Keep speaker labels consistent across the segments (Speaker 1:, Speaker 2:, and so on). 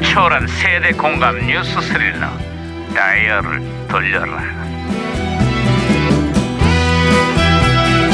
Speaker 1: 치열한 세대 공감 뉴스 스릴러 다이얼을 돌려라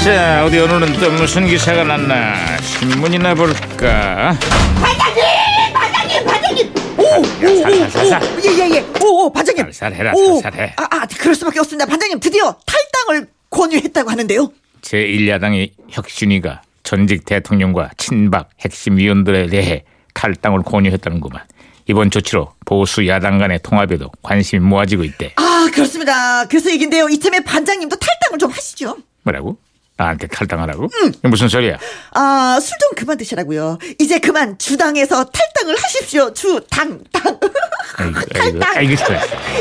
Speaker 1: 자 어디 오늘은 또 무슨 기사가 났나 신문이나 볼까
Speaker 2: 반장님! 반장님! 반장님! 오!
Speaker 1: 아, 살, 살, 살,
Speaker 2: 오! 예예예! 오! 오! 반장님!
Speaker 1: 살살해라,
Speaker 2: 오!
Speaker 1: 살살해.
Speaker 2: 아, 아 그럴 수밖에 없습니다. 반장님 드디어 탈당을 권유했다고 하는데요.
Speaker 1: 제1야당의 혁신위가 전직 대통령과 친박 핵심 위원들에 대해 탈당을 권유했다는구만 이번 조치로 보수 야당 간의 통합에도 관심이 모아지고 있대
Speaker 2: 아 그렇습니다. 그래서 얘긴데요. 이참에 반장님도 탈당을 좀 하시죠.
Speaker 1: 뭐라고? 나한테 탈당하라고? 이게 무슨 소리야?
Speaker 2: 아, 술 좀 그만 드시라고요. 이제 그만 주당에서 탈당을 하십시오. 주당 당.
Speaker 1: 아이고, 아이고,
Speaker 2: 탈당.
Speaker 1: 아이고, 싫어.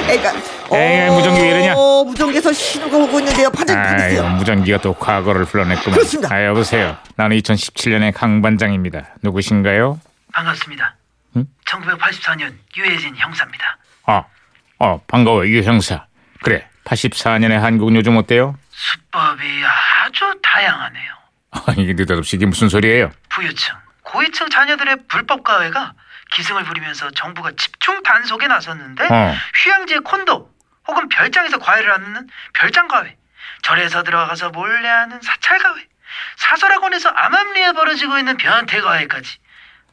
Speaker 2: 애가
Speaker 1: 에이, 무전기 왜 이러냐?
Speaker 2: 어, 무전기에서 신호가 오고 있는데요. 반장님
Speaker 1: 아유,
Speaker 2: 받으세요.
Speaker 1: 무전기가 또 과거를 불러냈구만.
Speaker 2: 그렇습니다.
Speaker 1: 아, 여보세요. 나는 2017년의 강반장입니다. 누구신가요?
Speaker 3: 반갑습니다. 1984년 유해진 형사입니다.
Speaker 1: 어, 어, 반가워, 유 형사. 그래, 84년의 한국은 요즘 어때요?
Speaker 3: 수법이 아주 다양하네요.
Speaker 1: 아, 이게 느닷없이 이게 무슨 소리예요?
Speaker 3: 부유층, 고위층 자녀들의 불법 가해가 기승을 부리면서 정부가 집중 단속에 나섰는데
Speaker 1: 어.
Speaker 3: 휴양지의 콘도 혹은 별장에서 과외를 하는 별장 과외, 절에서 들어가서 몰래 하는 사찰 과외, 사설학원에서 암암리에 벌어지고 있는 변태 과외까지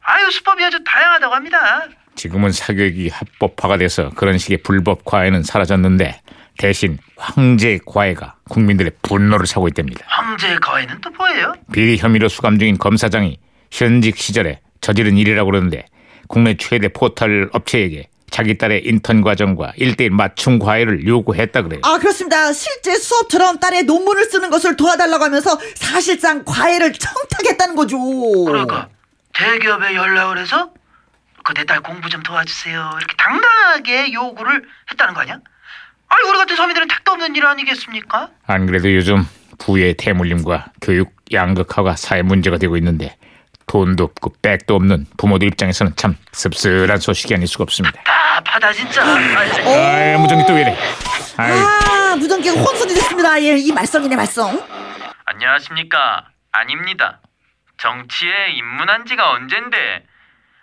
Speaker 3: 아유 수법이 아주 다양하다고 합니다.
Speaker 1: 지금은 사교육이 합법화가 돼서 그런 식의 불법 과외는 사라졌는데 대신 황제 과외가 국민들의 분노를 사고 있답니다.
Speaker 3: 황제 과외는 또 뭐예요?
Speaker 1: 비리 혐의로 수감 중인 검사장이 현직 시절에 저지른 일이라고 그러는데 국내 최대 포털 업체에게 자기 딸의 인턴 과정과 일대일 맞춤 과외를 요구했다 그래요.
Speaker 2: 아, 그렇습니다. 실제 수업처럼 딸의 논문을 쓰는 것을 도와달라고 하면서 사실상 과외를 청탁했다는 거죠. 어.
Speaker 3: 그러니까 대기업에 연락을 해서 그 내 딸 공부 좀 도와주세요 이렇게 당당하게 요구를 했다는 거 아니야? 아니 우리 같은 서민들은 택도 없는 일 아니겠습니까?
Speaker 1: 안 그래도 요즘 부의 대물림과 교육 양극화가 사회 문제가 되고 있는데 돈도 없고 백도 없는 부모들 입장에서는 참 씁쓸한 소식이 아닐 수가 없습니다.
Speaker 3: 답하다 진짜 아이,
Speaker 1: 아이 무전기 또 왜래? 아이
Speaker 2: 아, 무전기가 혼선이 됐습니다. 예, 이 말썽이네, 말썽.
Speaker 4: 안녕하십니까? 아닙니다. 정치에 입문한 지가 언젠데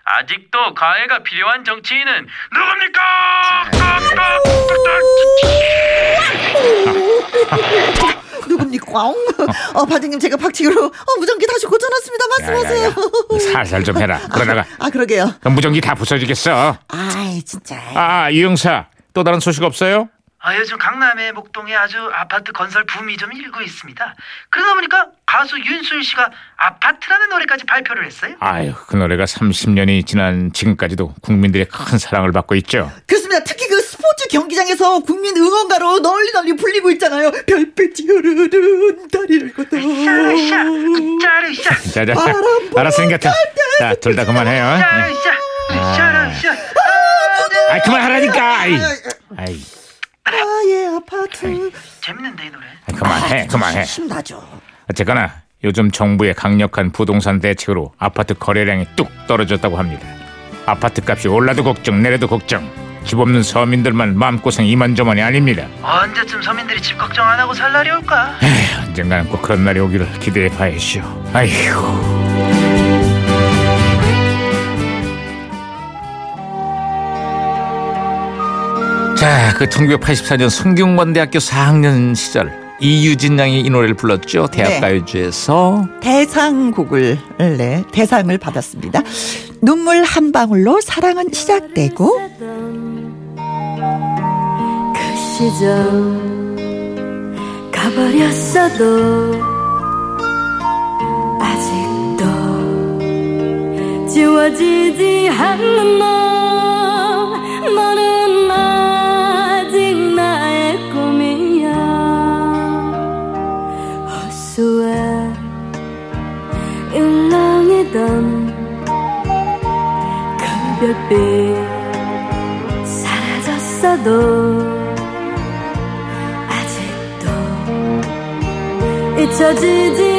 Speaker 4: 아직도 과외가 필요한 정치인은 누굽니까? 아,
Speaker 2: 누굽니까? 어, 반장님, 제가 박치기로 어, 무전기 다시 고쳐놨습니다.
Speaker 1: 야야야
Speaker 2: 말씀하세요.
Speaker 1: 살살 좀 해라. 그러다가
Speaker 2: 아, 그러게요.
Speaker 1: 그 무전기 다 부서지겠어.
Speaker 2: 아이, 진짜.
Speaker 1: 아 이영사 또 다른 소식 없어요?
Speaker 3: 아 요즘 강남의 목동에 아주 아파트 건설 붐이 좀 일고 있습니다 그러다 보니까 가수 윤수일 씨가 아파트라는 노래까지 발표를 했어요
Speaker 1: 아유, 그 노래가 30년이 지난 지금까지도 국민들의 큰 사랑을 받고 있죠.
Speaker 2: 그렇습니다. 특히 그 스포츠 경기장에서 국민 응원가로 널리 널리 불리고 있잖아요. 별빛이 흐르는 다리를 걷다.
Speaker 3: 샤르샤 샤르샤
Speaker 1: 자, 자,
Speaker 2: 바람 불어
Speaker 1: 알았으니까 자, 자, 둘 다 그만해요. 예.
Speaker 3: 샤르샤 샤르샤
Speaker 1: 아이, 그만하라니까. 아이, 아이,
Speaker 2: 나의 아파트. 아,
Speaker 3: 재밌는데 이 노래
Speaker 1: 그만해, 그만해.
Speaker 2: 신나죠.
Speaker 1: 어쨌거나 요즘 정부의 강력한 부동산 대책으로 아파트 거래량이 뚝 떨어졌다고 합니다. 아파트 값이 올라도 걱정, 내려도 걱정. 집 없는 서민들만 마음고생 이만저만이 아닙니다.
Speaker 3: 언제쯤 서민들이 집 걱정 안 하고 살 날이 올까
Speaker 1: 언젠가는 꼭 그런 날이 오기를 기대해 봐야죠. 아이고. 자, 그 1984년 성균관대학교 4학년 시절 이유진 양이 이 노래를 불렀죠.
Speaker 2: 네.
Speaker 1: 대학가요제에서
Speaker 2: 대상곡을 네 대상을 받았습니다. 눈물 한 방울로 사랑은 시작되고
Speaker 5: 그 시절 가버렸어도 아직도 지워지지 않는 너 너는 아직 나의 꿈이야 호수에 일렁이던 그 별빛 사라졌어도 아직도 잊혀지지